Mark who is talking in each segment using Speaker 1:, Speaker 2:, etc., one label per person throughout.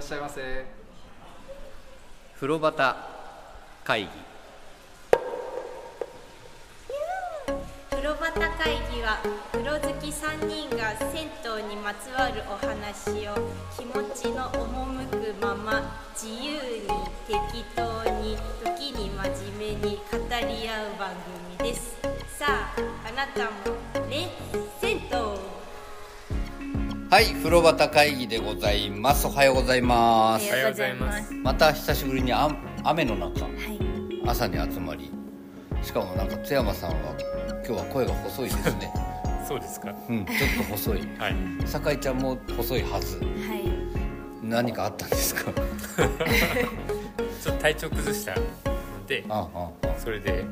Speaker 1: しゃいませ
Speaker 2: 風呂端会議
Speaker 3: 風呂端会議は風呂好き3人が銭湯にまつわるお話を気持ちの赴くまま自由に適当に時に真面目に語り合う番組ですさああなたもね銭湯
Speaker 2: はい風呂端会議でございますおはようございま
Speaker 3: お
Speaker 2: す
Speaker 3: はようございます。
Speaker 2: また久しぶりにあ雨の中
Speaker 3: はい
Speaker 2: 朝に集まりしかもなんか津山さんは今日は声が細いですね
Speaker 4: そうですか。
Speaker 2: うんちょっと細い
Speaker 4: はい。
Speaker 2: 酒井ちゃんも細いはず
Speaker 3: はい
Speaker 2: 何かあったんです か
Speaker 4: ちょっと体調崩したので、
Speaker 2: ああああ
Speaker 4: それで、はい、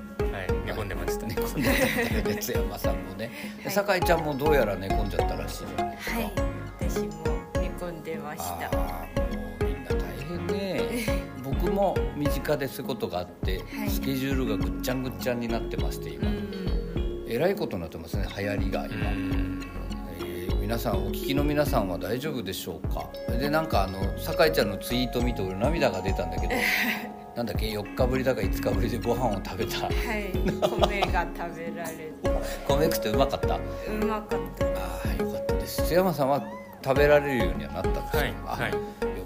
Speaker 4: 寝込んでました。
Speaker 2: 寝込んじゃったみたいで津山さんもねで
Speaker 5: はい
Speaker 2: 酒井ちゃんもどうやら寝込んじゃったらしいじゃないですか
Speaker 5: はい、私も寝込んでました。は
Speaker 2: ああもうみんな大変ね 僕も身近でそういうことがあって、
Speaker 5: い
Speaker 2: スケジュールがぐっちゃんぐっちゃんになってまして今、えらいことになってますね流行りが
Speaker 4: う
Speaker 2: 今、
Speaker 4: ん。
Speaker 2: えー皆さんお聞きの皆さんは大丈夫でしょうかでなんかあの酒井ちゃんのツイート見て俺涙が出たん だけどなんだっけ4日ぶりだか5日ぶりでご飯を食べた
Speaker 5: い、米が食べられ
Speaker 2: 米食ってうまかった
Speaker 5: て、うまかった。
Speaker 2: ああよかったです津山さんは食べられるようにはなったんですか、
Speaker 4: はい
Speaker 2: あ
Speaker 4: はい
Speaker 2: よ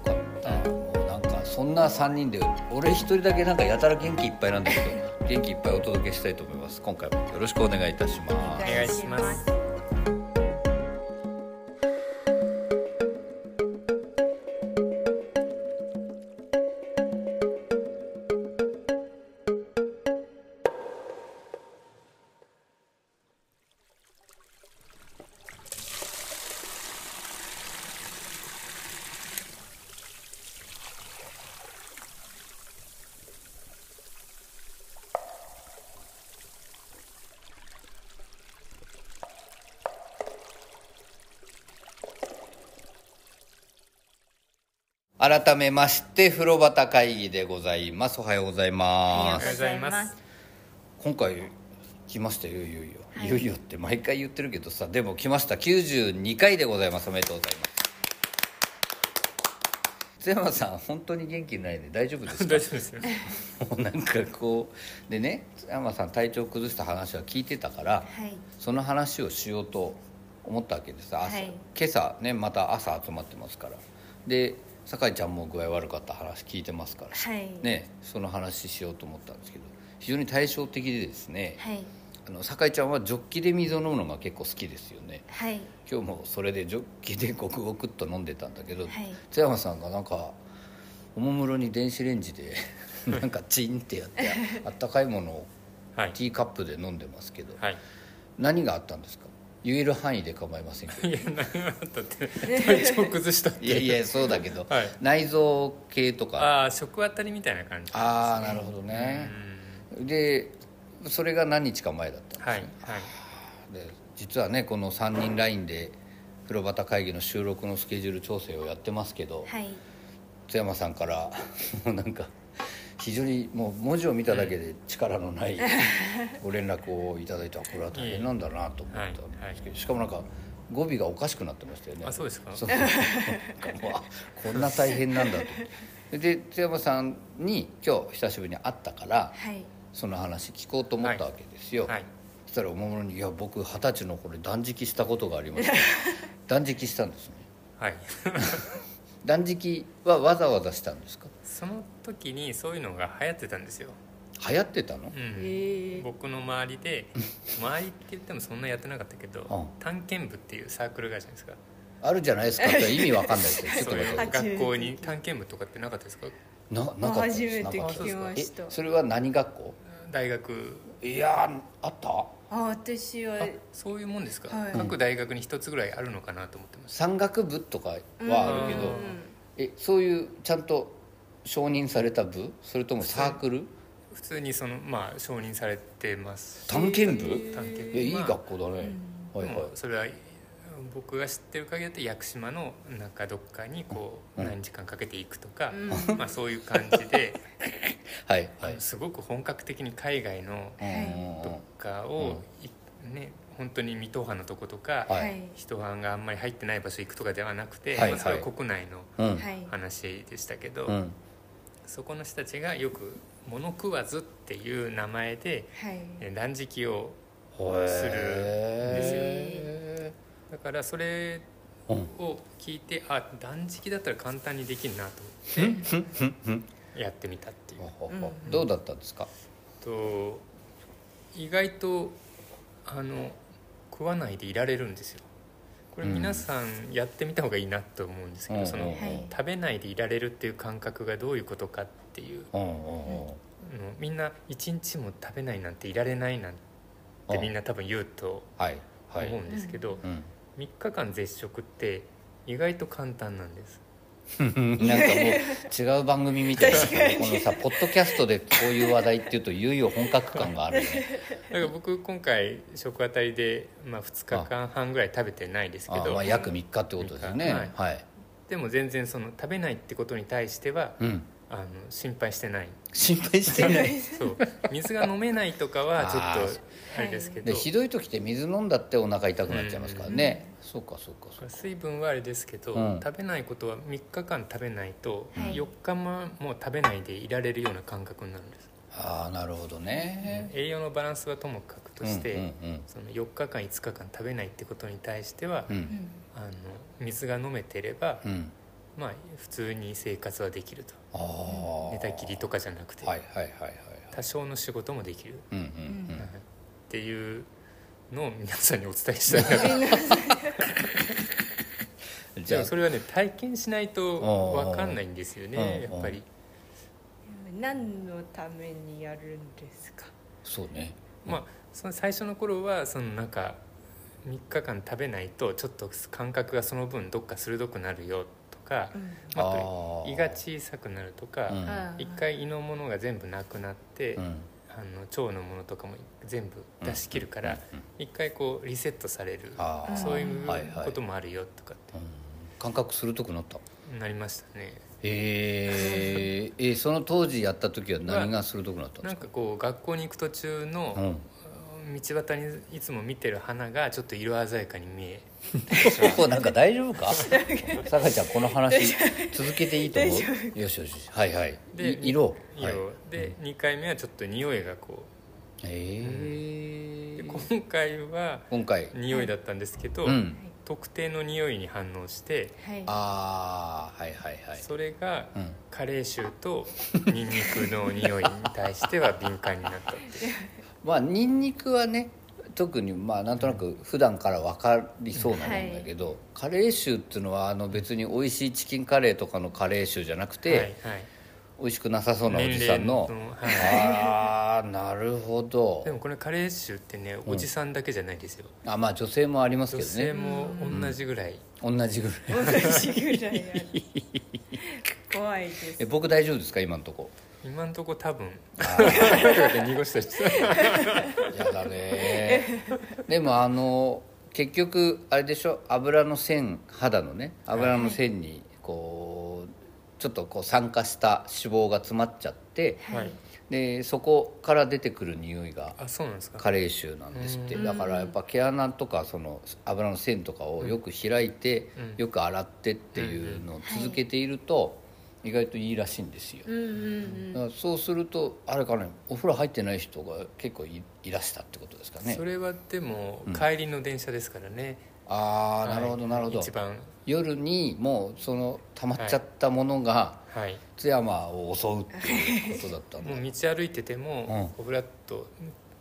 Speaker 2: かったもうなんかそんな3人で俺一人だけなんかやたら元気いっぱいなんだけど元気いっぱいお届けしたいと思います今回もよろしくお願いいたしま
Speaker 4: お
Speaker 2: す
Speaker 4: 願いします。
Speaker 2: 改めまして風呂端会議でございますおはようござい
Speaker 4: お
Speaker 2: ま
Speaker 4: はよう
Speaker 2: す
Speaker 4: ございます。
Speaker 2: 今回来ましたよいよいよ、い、よいよって毎回言ってるけどさでも来ました92回でございますおめでとうございます津山さん本当に元気ないで大丈夫です
Speaker 4: 大
Speaker 2: か
Speaker 4: 丈 夫ですよ。
Speaker 2: もうなんかこうでね津山さん体調崩した話は聞いてたから
Speaker 5: はい、
Speaker 2: その話をしようと思ったわけです朝、
Speaker 5: はい
Speaker 2: 今朝ねまた朝集まってますからで酒井ちゃんも具合悪かった話聞いてますから、
Speaker 5: はい、
Speaker 2: ねその話しようと思ったんですけど非常に対照的でですね、
Speaker 5: はい、
Speaker 2: あの酒井ちゃんはジョッキで水を飲むのが結構好きですよね
Speaker 5: はい、
Speaker 2: 今日もそれでジョッキでゴクゴクっと飲んでたんだけど、
Speaker 5: はい
Speaker 2: 津山さんがなんかおもむろに電子レンジ でなんかチンってやってあったかいものを
Speaker 4: はい。
Speaker 2: ティーカップで飲んでますけど、
Speaker 4: はい。
Speaker 2: 何があったんですか言える範囲で構いませんけど
Speaker 4: いや、何があったって、 体調崩したって。
Speaker 2: いやいやそうだけど、
Speaker 4: はい
Speaker 2: 内臓系とか
Speaker 4: ああ、食あたりみたいな感じ。
Speaker 2: ああなるほど
Speaker 4: う
Speaker 2: ね、
Speaker 4: ん
Speaker 2: でそれが何日か前だったんですね、
Speaker 4: はい。はい。
Speaker 2: で実はねこの3人ラインで風呂端会議の収録のスケジュール調整をやってますけど、
Speaker 5: はい、
Speaker 2: 津山さんから もうなんか非常にもう文字を見ただけで力のないご連絡をいただいたこれは大変なんだなと思ったんですけどしかもなんか語尾がおかしくなってましたよね
Speaker 4: あそうですか
Speaker 2: うなんかもうあこんな大変なんだと思ってで津山さんに今日久しぶりに会ったから
Speaker 5: はい、
Speaker 2: その話聞こうと思ったわけですよ、
Speaker 4: はい。
Speaker 2: そしたらおもむろに「いや僕二十歳の頃断食したことがありまして断食したんですね
Speaker 4: はい。
Speaker 2: 断食はわざわざしたんですか
Speaker 4: その時に、そういうのが流行ってたんですよ。
Speaker 2: 流行ってたの、
Speaker 4: うん。
Speaker 5: えー、
Speaker 4: 僕の周りで周りって言ってもそんなやってなかったけど、
Speaker 2: う
Speaker 4: 探検部っていうサークルがあるじゃないですか
Speaker 2: あるじゃないですかって意味わかんないですよちょっ
Speaker 4: そ
Speaker 2: と
Speaker 4: う
Speaker 2: 待
Speaker 4: いう
Speaker 2: って
Speaker 4: 学校に探検部とかってなかったですか
Speaker 2: ななかったです
Speaker 5: 初めて
Speaker 2: なかった
Speaker 5: 聞きま
Speaker 2: で
Speaker 5: し
Speaker 2: す
Speaker 5: た
Speaker 2: えそれは何学校
Speaker 4: 大学
Speaker 2: いやーあった
Speaker 5: あ、私は
Speaker 4: あそういうもんですか、
Speaker 5: はい
Speaker 4: 各大学に一つぐらいあるのかなと思ってまし
Speaker 2: 山岳部とかはあるけどえそういうちゃんと承認された部それともサークル
Speaker 4: た普通にそのまあ承認されてます
Speaker 2: 探検部
Speaker 4: 探検部
Speaker 2: えいい
Speaker 4: まあ
Speaker 2: 学校だね、はい
Speaker 4: で
Speaker 2: はい
Speaker 4: もそれは僕が知ってる限りだと屋久島のなんかどっかにこう
Speaker 2: うん
Speaker 4: 何時間かけていくとか、まあ、そういう感じで、
Speaker 2: はい
Speaker 4: あ
Speaker 2: はい
Speaker 4: のすごく本格的に海外の
Speaker 2: うんうんうん
Speaker 4: とかを、いね本当に未踏破のとことか、
Speaker 2: はい
Speaker 5: はい
Speaker 4: 人班があんまり入ってない場所行くとかではなくて、
Speaker 2: はい
Speaker 4: まあ、それ
Speaker 2: は
Speaker 4: はい国内の
Speaker 2: うん
Speaker 5: はい
Speaker 4: 話でしたけど、
Speaker 2: うん
Speaker 4: そこの人たちがよく「物食わず」っていう名前で
Speaker 5: はい
Speaker 4: え断食をするんですよ
Speaker 2: へ
Speaker 4: だからそれ
Speaker 2: ーうん
Speaker 4: を聞いてあ断食だったら簡単にできるなと思ってやってみたっていう
Speaker 2: ほうほうほう
Speaker 5: うん
Speaker 2: どうだったんですか
Speaker 4: と意外とあの食わないでいられるんですよこれ
Speaker 2: うん
Speaker 4: 皆さんやってみた方がいいなと思うんですけど、
Speaker 2: うん
Speaker 4: そ
Speaker 2: うん
Speaker 4: の
Speaker 5: はい
Speaker 4: 食べないでいられるっていう感覚がどういうことかっていう
Speaker 2: うんうんうん
Speaker 4: のみんな一日も食べないなんていられないなんてみんな多分言うと
Speaker 2: はいは
Speaker 4: 思う
Speaker 2: い
Speaker 4: んですけど、
Speaker 2: うん
Speaker 4: 3日間絶食って意外と簡単な んです
Speaker 2: なんかもう違う番組みたいなこのさポッドキャストでこういう話題っていうといよいよ本格感があるね
Speaker 4: だから僕今回食あたりで、まあ、2日間半ぐらい食べてない ですけ
Speaker 2: あ
Speaker 4: ど
Speaker 2: まあ約3日ってことですよね
Speaker 4: 三
Speaker 2: はい
Speaker 4: でも全然その食べないってことに対しては
Speaker 2: うん
Speaker 4: あの心配してない
Speaker 2: 心配してない
Speaker 4: そう水が飲めないとかはち ょっとあれですけど
Speaker 2: でひどい時って水飲んだってお腹痛くなっちゃいますからねそうかそうかそうか
Speaker 4: 水分はあれですけど、
Speaker 2: うん
Speaker 4: 食べないことは3日間食べないと
Speaker 5: はい
Speaker 4: 4日ももう食べないでいられるような感覚になるんです、
Speaker 2: ああなるほどね
Speaker 4: 栄養のバランスはともかくとして、
Speaker 2: うんうん
Speaker 4: その4日間5日間食べないってことに対しては、
Speaker 2: う
Speaker 5: うんん
Speaker 4: あの水が飲めてれば、
Speaker 2: うんうん
Speaker 4: まあ普通に生活はできると
Speaker 2: ああ
Speaker 4: 寝たきりとかじゃなくて、
Speaker 2: はいはいはいはい
Speaker 4: 多少の仕事もできる、
Speaker 2: うんうんう
Speaker 4: はい
Speaker 2: ん
Speaker 4: っていうのを皆さんにお伝えしたいなと
Speaker 2: じゃ
Speaker 4: でもそれはね体験しないと分かんないんですよね
Speaker 2: うん
Speaker 4: やっぱり
Speaker 5: 何のためにやるんですか
Speaker 2: そうねうん
Speaker 4: まあその最初の頃はそのなんか3日間食べないとちょっと感覚がその分どっか鋭くなるよとか
Speaker 5: うん
Speaker 4: まああ
Speaker 2: あ
Speaker 4: と
Speaker 2: ー
Speaker 4: 胃が小さくなるとか
Speaker 2: うん
Speaker 5: あー
Speaker 4: 一回胃のものが全部なくなって
Speaker 2: う
Speaker 4: あ
Speaker 2: ん
Speaker 4: の腸のものとかも全部出し切るから
Speaker 2: うんうん
Speaker 4: 一回こうリセットされる
Speaker 2: あー
Speaker 4: そういう
Speaker 2: はいはい
Speaker 4: こともあるよとかっ
Speaker 2: うん感覚鋭くなった
Speaker 4: てなりましたね
Speaker 2: えー、えーその当時やった時は何が鋭くなったんで
Speaker 4: な
Speaker 2: す
Speaker 4: ん
Speaker 2: か
Speaker 4: かこう学校に行く途中の
Speaker 2: うん、
Speaker 4: 道端にいつも見てる花がちょっと色鮮やかに見え
Speaker 2: そ こなんか大丈夫かさかちゃんこの話続けていいと思うよしよしはいはい
Speaker 4: で
Speaker 2: い色
Speaker 4: 色、
Speaker 2: はい、
Speaker 4: で、2回目はちょっと匂いがこう
Speaker 2: え
Speaker 4: で
Speaker 2: ー、
Speaker 4: 今回は
Speaker 2: 今回
Speaker 4: 匂いだったんですけど、
Speaker 2: うん
Speaker 4: 特定の匂いに反応して、
Speaker 5: はい
Speaker 2: ああはいはいはい
Speaker 4: それが
Speaker 2: うん
Speaker 4: カレー臭とニンニクの匂いに対しては敏感になったっていう
Speaker 2: まあニンニクはね特にまあなんとなく普段から分かりそうなもんだけど、カレー臭っていうのはあの別に美味しいチキンカレーとかのカレー臭じゃなくて、
Speaker 4: はいはい
Speaker 2: 美味しくなさそうなおじさんの
Speaker 4: 年齢のはい
Speaker 2: ああなるほど
Speaker 4: でもこれカレー臭ってねおじさんだけじゃないですよ、
Speaker 2: あまあ女性もありますけ
Speaker 4: 女
Speaker 2: ど
Speaker 4: 性
Speaker 2: ね
Speaker 4: も同じぐらい、
Speaker 2: 同じぐらい
Speaker 5: 同じぐらいある 怖いです
Speaker 2: え僕大丈夫ですか今のとこ
Speaker 4: 今んとこ多分
Speaker 2: あ ー
Speaker 4: 濁した人
Speaker 2: やだ ねでもあの結局あれでしょ油の線肌のね油の線にこうちょっとこう酸化した脂肪が詰まっちゃって
Speaker 4: はい
Speaker 2: でそこから出てくる匂いが
Speaker 4: あそうなんですか
Speaker 2: 加齢臭なんですって
Speaker 4: う
Speaker 2: だからやっぱ毛穴とかその油の線とかをよく開いて、
Speaker 4: うん
Speaker 2: よく洗ってっていうのを続けていると、意外といいらしいんですよ、
Speaker 5: うんうん
Speaker 2: だからそうするとあれかねお風呂入ってない人が結構いいらしたってことですかね
Speaker 4: それはでも
Speaker 2: うん
Speaker 4: 帰りの電車ですからね、
Speaker 2: ああ
Speaker 4: はい
Speaker 2: なるほどなるほど
Speaker 4: 一番
Speaker 2: 夜にもうその溜まっちゃったものが
Speaker 4: はい
Speaker 2: 津山を襲うっていうことだったんだ
Speaker 4: もう道歩いてても、
Speaker 2: う
Speaker 4: こうぶらっと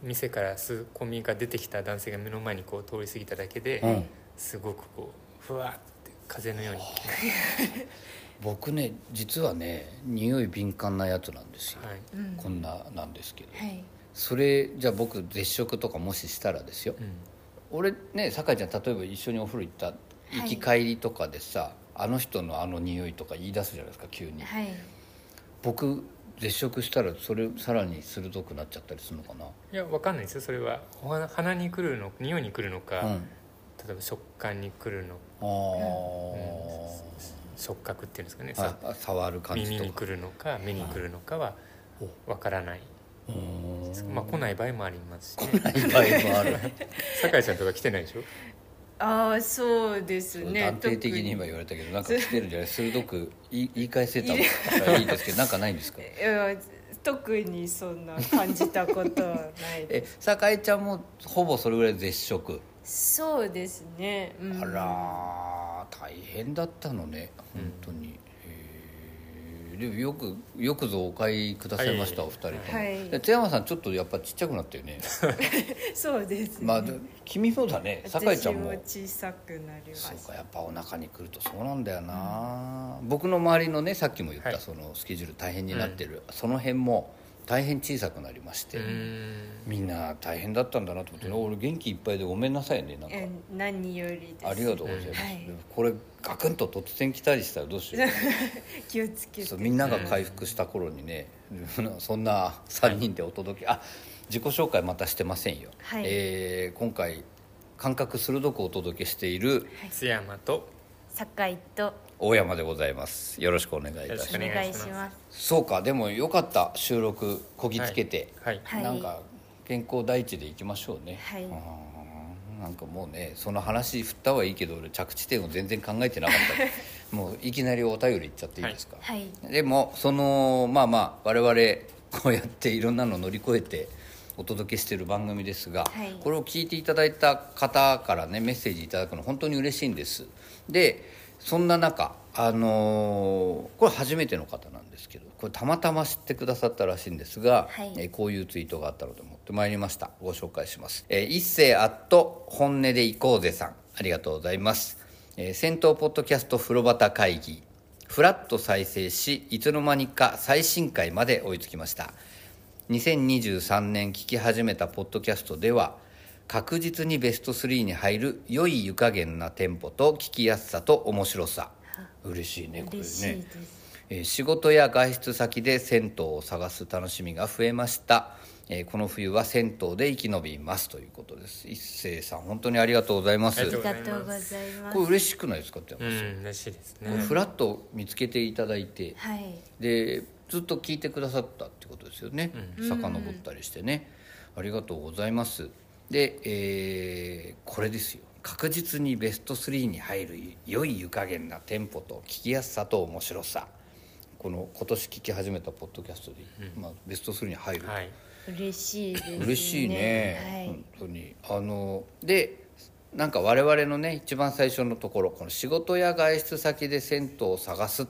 Speaker 4: 店から吸うコンビニから出てきた男性が目の前にこう通り過ぎただけで、
Speaker 2: うん
Speaker 4: すごくこうふわって風のように、は
Speaker 2: 僕ね実はね匂い敏感なやつなんですよ、
Speaker 4: い
Speaker 5: うんうん
Speaker 2: こんななんですけど
Speaker 5: はい
Speaker 2: それじゃあ僕絶食とかもししたらですよ、
Speaker 4: うん、
Speaker 2: 俺ね酒井ちゃん例えば一緒にお風呂行った行き帰りとかでさ、あの人のあの匂いとか言い出すじゃないですか急に
Speaker 5: はい
Speaker 2: 僕絶食したらそれさらに鋭くなっちゃったりするのかない
Speaker 4: やわかんないですよそれはお花鼻に来るの匂いに来るのか、
Speaker 2: うん
Speaker 4: 例えば食感に来るの
Speaker 2: あー
Speaker 4: 触覚っていうんですかね、
Speaker 2: ああ触る感じ
Speaker 4: 耳
Speaker 2: と
Speaker 4: に
Speaker 2: か
Speaker 4: 来るのか目に来るのかはわからないまあ来ない場合もありますし、
Speaker 2: 来ない場合 もある
Speaker 4: 酒井ちゃんとか来てないでしょ
Speaker 5: ああそうですね
Speaker 2: 断定的に今言われたけどなんか来てるんじゃない鋭く言い言い返せたらいいですけどなんかないんですか
Speaker 5: 特にいや特にそんな感じたことはない
Speaker 2: え酒井ちゃんもほぼそれぐらい絶食
Speaker 5: そうですね、うん
Speaker 2: あらー大変だったのね本当に、へーでもよくよくぞお買いくださいました、
Speaker 4: はい
Speaker 2: お二人とも、
Speaker 5: はい
Speaker 2: で津山さんちょっとやっぱちっちゃくなったよね
Speaker 5: そうですね、
Speaker 2: まあで君もだね酒井ちゃんも
Speaker 5: 私も小さくなりま
Speaker 2: そう
Speaker 5: した
Speaker 2: かやっぱお腹にくるとそうなんだよな、僕の周りのねさっきも言った、
Speaker 4: はい
Speaker 2: そのスケジュール大変になってる、その辺も大変小さくなりまして、
Speaker 4: うーん
Speaker 2: みんな大変だったんだなと思って、ね俺元気いっぱいでごめんなさいねなんか、
Speaker 5: え何よりです
Speaker 2: ありがとうございます、
Speaker 5: はい
Speaker 2: でもこれガクンと突然来たりしたらどうしよ
Speaker 5: 気をつけ
Speaker 2: う
Speaker 5: て
Speaker 2: そうみんなが回復した頃にね、 そんな3人でお届け、あ自己紹介またしてませんよ、
Speaker 5: はい
Speaker 2: えー今回感覚鋭くお届けしている
Speaker 4: 津山と
Speaker 5: 酒井と
Speaker 2: 大山でございますよろしくお願いいたし
Speaker 4: よ
Speaker 2: ま
Speaker 4: ろ
Speaker 2: す
Speaker 4: しくお願いし
Speaker 5: お
Speaker 4: ます
Speaker 2: そうかでもよかった収録こぎつけて、
Speaker 4: はい、
Speaker 5: はい
Speaker 2: なんか健康第一でいきましょうね、
Speaker 5: はい
Speaker 2: あーなんかもうねその話振ったはいいけど俺着地点を全然考えてなか ったもういきなりお便りいっちゃっていいですか、
Speaker 5: はい
Speaker 2: でもそのまあまあ我々こうやっていろんなの乗り越えてお届けしてる番組ですが、
Speaker 5: はい
Speaker 2: これを聞いていただいた方からねメッセージいただくの本当に嬉しいんですでそんな中あのーこれ初めての方なんですけどこれたまたま知ってくださったらしいんですが、
Speaker 5: はい
Speaker 2: えーこういうツイートがあったので持ってまいりましたご紹介します、えー一世アット本音でいこうぜさんありがとうございます、えー戦闘ポッドキャスト風呂旗会議フラット再生しいつの間にか最新回まで追いつきました2023年聞き始めたポッドキャストでは確実にベスト3に入る良い湯加減なテンポと聞きやすさと面白さ嬉しいねこれね
Speaker 5: 嬉しいです
Speaker 2: えー仕事や外出先で銭湯を探す楽しみが増えました、えーこの冬は銭湯で生き延びますということです一星さん本当にありがとうございます
Speaker 4: ありがとうござ
Speaker 5: あ
Speaker 4: い
Speaker 5: り
Speaker 4: ま
Speaker 5: が
Speaker 4: す
Speaker 5: とうございます
Speaker 2: これ嬉しくないですかって、
Speaker 4: うん嬉しいですね
Speaker 2: フラッと見つけていただいて
Speaker 5: はい
Speaker 2: でずっと聞いてくださったってことですよね、遡ったりしてねありがとうございますで、えーこれですよ確実にベスト3に入る良い湯加減なテンポと聞きやすさと面白さこの今年聞き始めたポッドキャストで、まあ、ベスト3に入る、
Speaker 4: はい
Speaker 5: 嬉しいですね
Speaker 2: 嬉しいね、
Speaker 5: はい
Speaker 2: 本当にあのでなんか我々のね一番最初のところこの仕事や外出先で銭湯を探す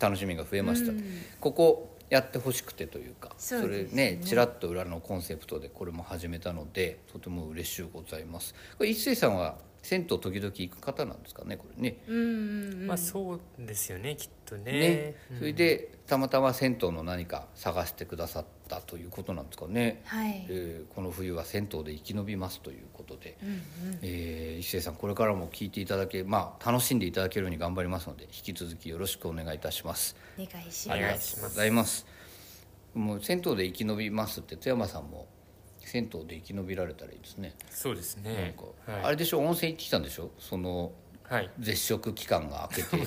Speaker 2: 楽しみが増えました、ここやってほしくてというか
Speaker 5: そうです
Speaker 2: れねちらっと裏のコンセプトでこれも始めたのでとても嬉しゅうございますこれ一星さんは銭湯時々行く方なんですかねこれね
Speaker 5: うんうんうん
Speaker 4: まあそうですよねきっとね
Speaker 2: ね
Speaker 4: うん
Speaker 2: それでたまたま銭湯の何か探してくださったということなんですかね
Speaker 5: はい
Speaker 2: えーこの冬は銭湯で生き延びますということで、えー一生さんこれからも聞いていただけまあ楽しんでいただけるように頑張りますので引き続きよろしくお願いいたします
Speaker 5: お願いし
Speaker 2: ありがと
Speaker 5: ま
Speaker 2: う
Speaker 5: す
Speaker 2: ございますもう銭湯で生き延びますって津山さんも銭湯で生き延びられたらいいですね、
Speaker 4: そうですね
Speaker 2: なんかあ
Speaker 4: はい
Speaker 2: れでしょ温泉行ってきたんでしょその
Speaker 4: はい
Speaker 2: 絶食期間が明けて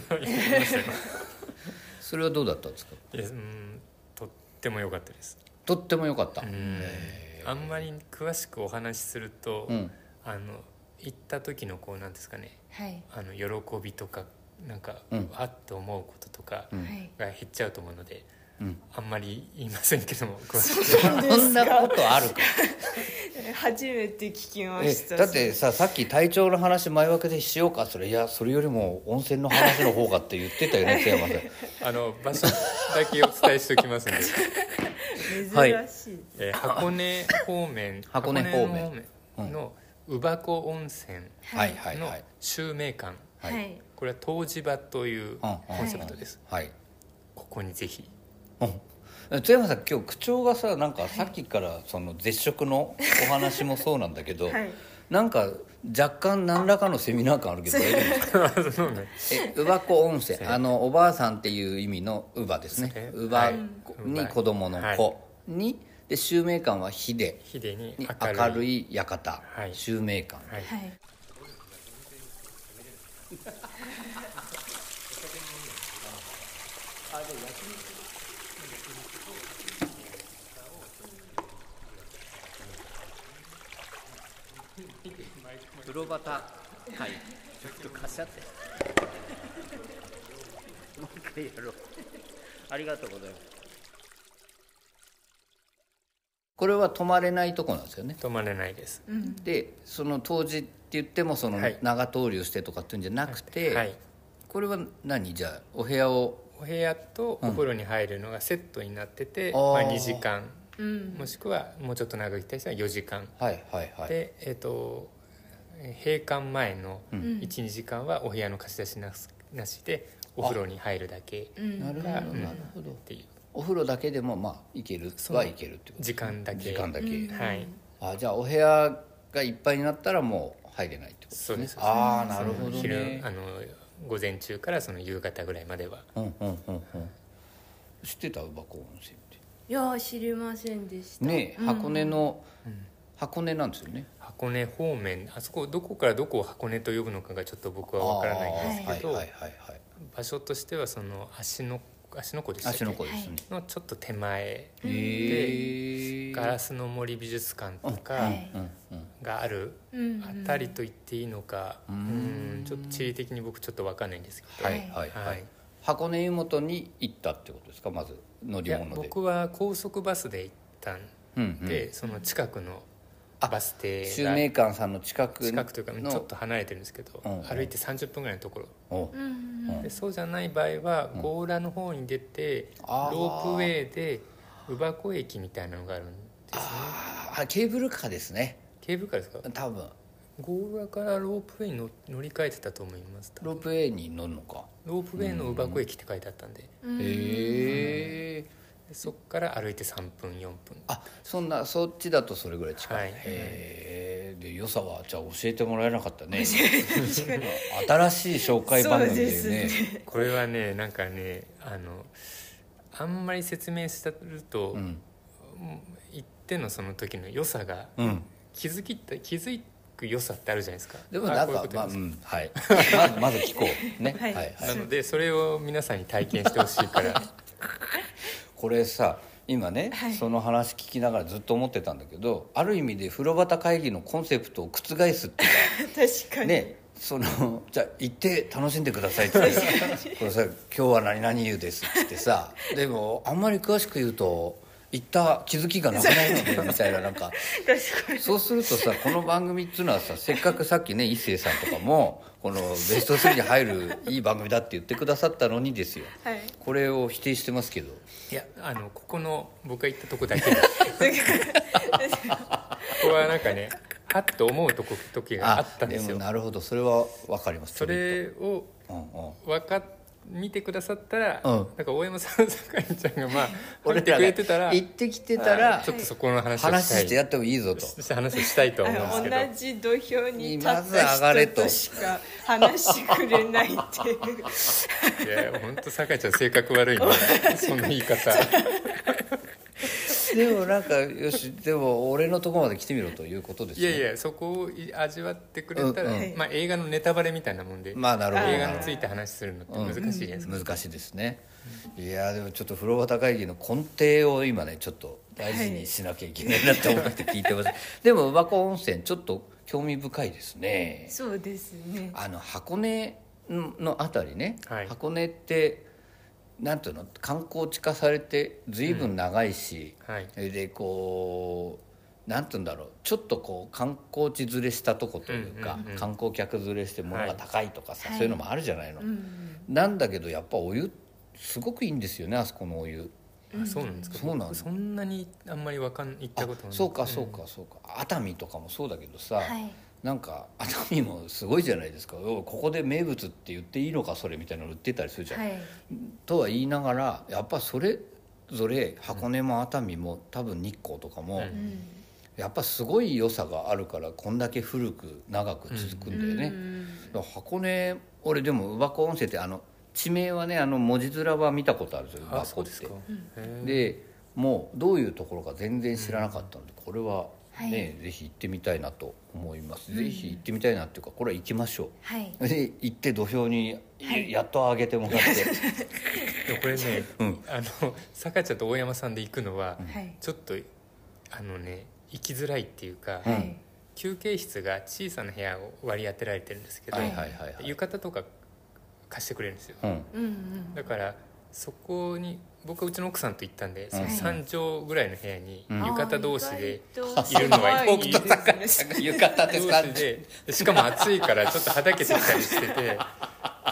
Speaker 2: それはどうだったんですか
Speaker 4: いやうんとっても良かったです
Speaker 2: とっても良かった、
Speaker 4: うんあんまり詳しくお話しすると、
Speaker 2: うん
Speaker 4: あの行った時のこうなんですかね
Speaker 5: はい
Speaker 4: あの喜びとかなんか、
Speaker 2: うん
Speaker 4: あっと思うこととか
Speaker 5: はい
Speaker 4: が減っちゃうと思うので、
Speaker 2: うん
Speaker 4: あんまり言いませんけども詳し く
Speaker 2: そんなことあるか
Speaker 5: 初めて聞きま
Speaker 2: え
Speaker 5: した
Speaker 2: だってささっき体調の話前分けでしようかそれいやそれよりも温泉の話の方がって言ってたよね津 山さん
Speaker 4: あの場所だけお伝えしておきますので、
Speaker 5: 珍しい、
Speaker 2: はい
Speaker 4: えー箱根方面
Speaker 2: 箱根方面
Speaker 4: 箱根の宇和子温泉
Speaker 2: はいはい
Speaker 4: の
Speaker 2: はい
Speaker 4: 襲名館、
Speaker 5: はい、
Speaker 4: これは湯治場というコ
Speaker 2: うんうん
Speaker 4: ンセプトです、
Speaker 2: はい、
Speaker 4: ここに ぜひ
Speaker 2: うん、津山さん今日口調がさなんかさっきからその絶食のお話もそうなんだけど、
Speaker 5: はい
Speaker 2: なんか若干何らかのセミナー感あるけど大丈夫ですか
Speaker 4: そうね
Speaker 2: え宇和子温泉あのおばあさんっていう意味の乳母ですね
Speaker 4: そ
Speaker 2: 乳
Speaker 4: うね
Speaker 2: 母
Speaker 4: はい
Speaker 2: に子供の子に、で襲名館は秀で
Speaker 4: 秀でに
Speaker 2: に
Speaker 4: 明るい
Speaker 2: 明るい館、
Speaker 4: はい
Speaker 2: 襲名館、
Speaker 4: はい
Speaker 5: はい
Speaker 1: 黒バタ会ちょっと貸し合って もう一回やろうありがとうございます
Speaker 2: これは泊まれないとこなんですよね
Speaker 4: 泊まれないです、
Speaker 2: でその当時って言ってもその
Speaker 4: はい
Speaker 2: 長通りをしてとかっていうんじゃなくて、
Speaker 4: はい
Speaker 2: これは何じゃあお部屋を
Speaker 4: お部屋とお風呂に入るのがセットになってて、
Speaker 2: あー
Speaker 4: まあ、2時間、もしくはもうちょっと長く行きたい人は4時間、
Speaker 2: はいはいはい
Speaker 4: でえっ、と閉館前の12、時間はお部屋の貸し出しなしなしでお風呂に入るだけ
Speaker 2: なるほど
Speaker 4: うん
Speaker 2: なるほど
Speaker 4: っていう
Speaker 2: お風呂だけでもまあいけるはいけるってこと
Speaker 4: 時間だけ
Speaker 2: 時間だけ、
Speaker 4: はい
Speaker 2: あじゃあお部屋がいっぱいになったらもう入れないってことですね
Speaker 4: そうです
Speaker 2: ああなるほど
Speaker 4: 昼
Speaker 2: ね
Speaker 4: あの午前中からその夕方ぐらいまでは
Speaker 2: うんうんうんうん知ってた乳母湖温泉って
Speaker 5: いやー知りませんでした
Speaker 2: ねえ
Speaker 5: うん
Speaker 2: 箱根の、箱根なんですよね
Speaker 4: 箱根方面あそこどこからどこを箱根と呼ぶのかがちょっと僕は分からないんですけど、
Speaker 2: あーはいはいはいはい
Speaker 4: 場所としてはその足の足の湖でしたっけ
Speaker 2: 芦ノ湖ですね、
Speaker 4: のちょっと手前
Speaker 2: へえ
Speaker 4: ガラスの森美術館と
Speaker 5: は
Speaker 4: か
Speaker 5: い
Speaker 2: うんうん
Speaker 4: がある
Speaker 5: うん
Speaker 4: あたりと言っていいのかうんちょっと地理的に僕ちょっと分かんないんですけど
Speaker 2: はいはいはい、
Speaker 4: はい
Speaker 2: 箱根湯本に行ったってことですかまず乗
Speaker 4: い
Speaker 2: り
Speaker 4: や
Speaker 2: 物で
Speaker 4: 僕は高速バスで行ったん
Speaker 2: うんうん、
Speaker 4: で、その近くの
Speaker 2: あ
Speaker 4: バス停
Speaker 2: 襲
Speaker 4: が
Speaker 2: 名館さんの近くの
Speaker 4: 近くというかちょっと離れてるんですけど
Speaker 2: うんうん
Speaker 4: 歩いて30分ぐらいのところ
Speaker 2: お
Speaker 4: でそうじゃない場合は強羅の方に出てロ
Speaker 2: あー
Speaker 4: ープウェイで乳母湖駅みたいなのがあるんです
Speaker 2: あーあケーブルカーですね
Speaker 4: ケーブルカーですか
Speaker 2: 多分
Speaker 4: 強羅からロープウェイに乗乗り換えてたと思います
Speaker 2: ロープウェイに乗るのか
Speaker 4: ロープウェイの乳母湖駅って書いてあったんで
Speaker 2: へえ
Speaker 4: でそこから歩いて3分4分
Speaker 2: あそんなそっちだとそれぐらい近い、
Speaker 4: はい
Speaker 2: へえで良さはじゃあ教えてもらえなかったね新しい紹介番組でね
Speaker 5: そうです
Speaker 4: これはねなんかねあのあんまり説明したると、
Speaker 2: うん
Speaker 4: 一定のその時の良さが、
Speaker 2: うん
Speaker 4: 気づきって気づく良さってあるじゃないですか
Speaker 2: でもなん
Speaker 4: こういう
Speaker 2: か
Speaker 4: こと
Speaker 2: まあ
Speaker 4: で
Speaker 2: う
Speaker 4: す
Speaker 2: んはい ままず聞こうねは
Speaker 5: はいい
Speaker 2: はい
Speaker 4: なのでそれを皆さんに体験してほしいから
Speaker 2: これさ今ね、
Speaker 5: はい
Speaker 2: その話聞きながらずっと思ってたんだけどある意味で風呂旗会議のコンセプトを覆すっていうか
Speaker 5: 確かに、
Speaker 2: ね そのじゃあ行って楽しんでくださいってこれさ「今日は何々言うです」ってさでもあんまり詳しく言うと行った気づきがなくないのでみたいななんか
Speaker 5: 確かに
Speaker 2: そうすると さこの番組っていうのはさせっかくさっきね一生さんとかもこのベスト3に入るいい番組だって言ってくださったのにですよ
Speaker 5: はい
Speaker 2: これを否定してますけど
Speaker 4: いやあのここの僕が行ったとこだけですここはなんかねあっと思うとこ時があったんです
Speaker 2: で
Speaker 4: よ
Speaker 2: もなるほどそれは分かります
Speaker 4: それを
Speaker 2: うんうん
Speaker 4: わかっ見てくださったら、
Speaker 2: うん
Speaker 4: なんか大山さん酒井ちゃんがまあ
Speaker 2: 俺
Speaker 4: 俺て
Speaker 2: ら
Speaker 4: く
Speaker 2: が
Speaker 4: れてたら
Speaker 2: 行ってきてたら
Speaker 4: ちょっとそこの話をしたい
Speaker 2: 話してやってもいいぞと
Speaker 4: して話をしたいと思うんですけど
Speaker 5: 同じ土俵に立った人としか話してくれないっていう
Speaker 4: いや本当酒井ちゃん性格悪いねその言い方
Speaker 2: でもなんかよしでも俺のとこまで来てみろということです
Speaker 4: い
Speaker 2: ね
Speaker 4: やいやそこをい味わってくれたら、
Speaker 2: うん
Speaker 5: うん
Speaker 4: まあ、映画のネタバレみたいなもんで、
Speaker 2: まあなるほど
Speaker 4: 映画について話するのって難しいじゃないですか、
Speaker 2: 難しいですね、いやでもちょっと風呂旗会議の根底を今ねちょっと大事にしなきゃいけないなって思って聞いてます、でも和光温泉ちょっと興味深いですね
Speaker 5: そうですね
Speaker 2: あの箱根のあたりね、
Speaker 4: はい
Speaker 2: 箱根ってなんていうの観光地化されて随分長いし、
Speaker 4: はい
Speaker 2: それでこうなんて言うんだろうちょっとこう観光地ずれしたとこというか、
Speaker 4: うんうんうん
Speaker 2: 観光客ずれして物が高いとかさ、
Speaker 5: はい
Speaker 2: そういうのもあるじゃないの、
Speaker 5: うん
Speaker 2: なんだけどやっぱお湯すごくいいんですよねあそこのお湯
Speaker 4: あそうなんですか
Speaker 2: そうなの
Speaker 4: 僕そんなにあんまりわかん行った
Speaker 2: あ
Speaker 4: ことない
Speaker 2: そうかそうかそうか、熱海とかもそうだけどさ、
Speaker 5: い
Speaker 2: なんか熱海もすごいじゃないですかおいここで名物って言っていいのかそれみたいなの売ってたりするじゃん、
Speaker 5: はい
Speaker 2: とは言いながらやっぱそれぞれ箱根も熱海も多分日光とかも、
Speaker 4: うん
Speaker 2: やっぱすごい良さがあるからこんだけ古く長く続くんだよね、だから箱根俺でも乳母湖温泉ってあの地名はねあの文字面は見たことあるんですよ
Speaker 4: あ
Speaker 2: 乳母
Speaker 4: そ
Speaker 2: 湖
Speaker 4: う
Speaker 2: っ
Speaker 4: です
Speaker 2: て
Speaker 4: か、へえ
Speaker 2: でもうどういうところか全然知らなかったのでこれはね、ぜひ行ってみたいなと思います、ぜひ行ってみたいなっていうかこれは行きましょ
Speaker 5: はい、
Speaker 2: うで行って土俵にやっと上げても らって、
Speaker 4: でもこれね、
Speaker 2: うん
Speaker 4: あの酒井ちゃんと大山さんで行くのは、
Speaker 5: はい
Speaker 4: ちょっとあのね行きづらいっていうか、
Speaker 5: はい
Speaker 4: 休憩室が小さな部屋を割り当てられてるんですけど、
Speaker 2: はいはいはいはい
Speaker 4: 浴衣とか貸してくれるんですよ
Speaker 2: うん
Speaker 5: うんうん
Speaker 4: だからそこに僕はうちの奥さんと行ったんで、その
Speaker 2: はい
Speaker 4: 3畳ぐらいの部屋に
Speaker 2: うん
Speaker 4: 浴衣同士で
Speaker 5: 意外
Speaker 4: いるのは
Speaker 5: 狭い
Speaker 4: いい
Speaker 5: ですね
Speaker 2: 浴衣で
Speaker 4: 同
Speaker 2: 3
Speaker 4: 士
Speaker 2: 時
Speaker 4: ででしかも暑いからちょっとはだけてきたりしてて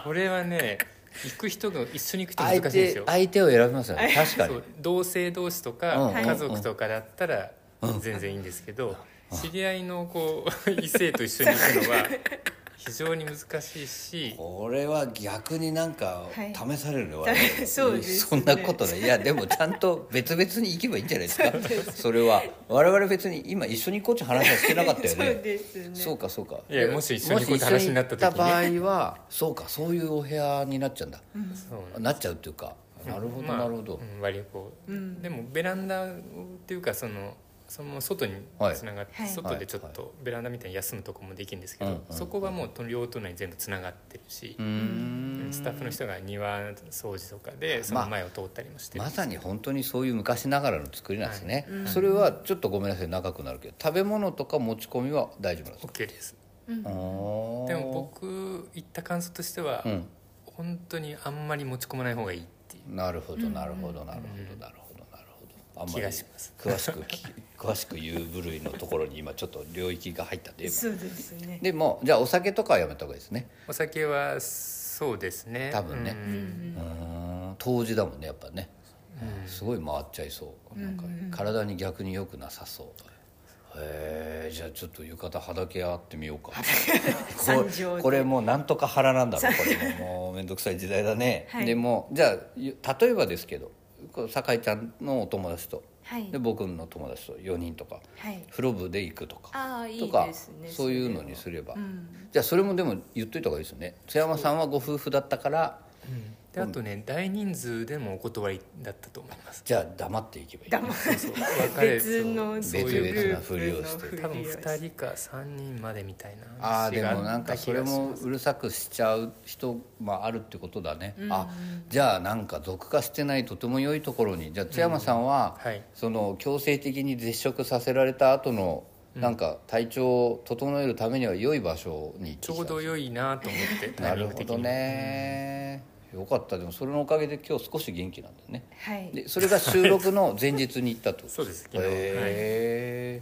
Speaker 4: これはね行く人が一緒に行く人難しいん
Speaker 2: 相
Speaker 4: です
Speaker 2: 手
Speaker 4: よ
Speaker 2: 相手を選びますよね確か
Speaker 4: そ
Speaker 2: に
Speaker 4: う同性同士とか、
Speaker 2: うん
Speaker 4: 家族とかだったら全然いいんですけど、知り合いのこう異性と一緒に行くのは非常に難しいし
Speaker 2: これは逆になんか
Speaker 5: はい
Speaker 2: 試されるね、我 々
Speaker 5: そうですね
Speaker 2: そんなことないいやでもちゃんと別々に行けばいいんじゃないです かそれは我々別に今一緒に行こうって話はしてなかったよ
Speaker 5: そう
Speaker 2: ね
Speaker 5: ですね
Speaker 2: そうかそうか
Speaker 4: いやもし一緒に行こうって話になった時ね
Speaker 2: もし一緒に行った場合はそうかそういうお部屋になっちゃうんだ、
Speaker 4: そうなんです
Speaker 2: なっちゃうっていうかなるほど、
Speaker 4: まあ
Speaker 2: なるほど、
Speaker 4: うん割とこう、
Speaker 5: うん
Speaker 4: でもベランダっていうかそのその外に
Speaker 2: はい
Speaker 4: つながって、
Speaker 5: はい
Speaker 4: 外でちょっ
Speaker 2: は
Speaker 4: とベランダみたいに休むとこもできるんですけど、
Speaker 2: うんうんうん
Speaker 4: そこはもう両隣に全部つながってるし、
Speaker 2: うーん
Speaker 4: スタッフの人が庭掃除とかでその前を通ったりもしてる
Speaker 2: まさに本当にそういう昔ながらの作りなんですね、それはちょっとごめんなさい長くなるけど食べ物とか持ち込みは大丈夫なんですか
Speaker 4: OK です
Speaker 2: でも
Speaker 4: でも僕行った感想としては、
Speaker 2: うん
Speaker 4: 本当にあんまり持ち込まない方がいいっていう
Speaker 2: なるほどなるほどなるほどなるほどなるほどあんま
Speaker 4: 気
Speaker 2: り
Speaker 4: がします
Speaker 2: 詳しく聞き 詳しく言う部類のところに今ちょっと領域が入ったんで今
Speaker 5: そうですね
Speaker 2: でもじゃあお酒とかはやめた方がいいですね
Speaker 4: お酒はそうですね
Speaker 2: 多分ね
Speaker 4: うん
Speaker 2: うーん当時だもんねやっぱねすごい回っちゃいそうなんか体に逆に良くなさそうへえじゃあちょっと浴衣裸け合ってみようか
Speaker 5: 三条
Speaker 2: こ
Speaker 5: で
Speaker 2: これもうなんとか腹なんだろうこれももう面倒くさい時代だね、
Speaker 5: はい
Speaker 2: でもじゃあゆ例えばですけどこう酒井ちゃんのお友達と
Speaker 5: はい
Speaker 2: で僕の友達と4人とか
Speaker 5: はい
Speaker 2: 風呂部で行くとか
Speaker 5: ああい
Speaker 2: と
Speaker 5: い
Speaker 2: か
Speaker 5: ですね
Speaker 2: そういうのにすれば、
Speaker 5: うん
Speaker 2: じゃあそれもでも言っといた方がいいですよね津山さんはご夫婦だったから
Speaker 4: であとね大人数でもお断りだったと思い ます
Speaker 2: じゃあ黙っていけばいい
Speaker 5: 黙って
Speaker 4: 別
Speaker 5: 別の
Speaker 2: そういう別々なふりをして
Speaker 4: 多分2
Speaker 5: 人
Speaker 4: 人か3人までみたいな
Speaker 2: ああ
Speaker 4: 話
Speaker 2: で
Speaker 4: が
Speaker 2: もなんかそれもうるさくしちゃう人まああるってことだね、あじゃあなんか俗化してないとても良いところにじゃあ津山さんは、
Speaker 4: うんはい
Speaker 2: その強制的に絶食させられた後のなんか体調を整えるためには良い場所に行ってき
Speaker 4: ち
Speaker 2: た
Speaker 4: ょうど良いなと思って タ
Speaker 2: な
Speaker 4: イミン
Speaker 2: る
Speaker 4: グ
Speaker 2: ほ
Speaker 4: 的
Speaker 2: ど
Speaker 4: に
Speaker 2: ね、よかったでもそれのおかげで今日少し元気なんだよね
Speaker 5: はい
Speaker 2: でそれが収録の前日に行ったってこと
Speaker 4: そうです
Speaker 2: へ
Speaker 4: 昨日
Speaker 2: え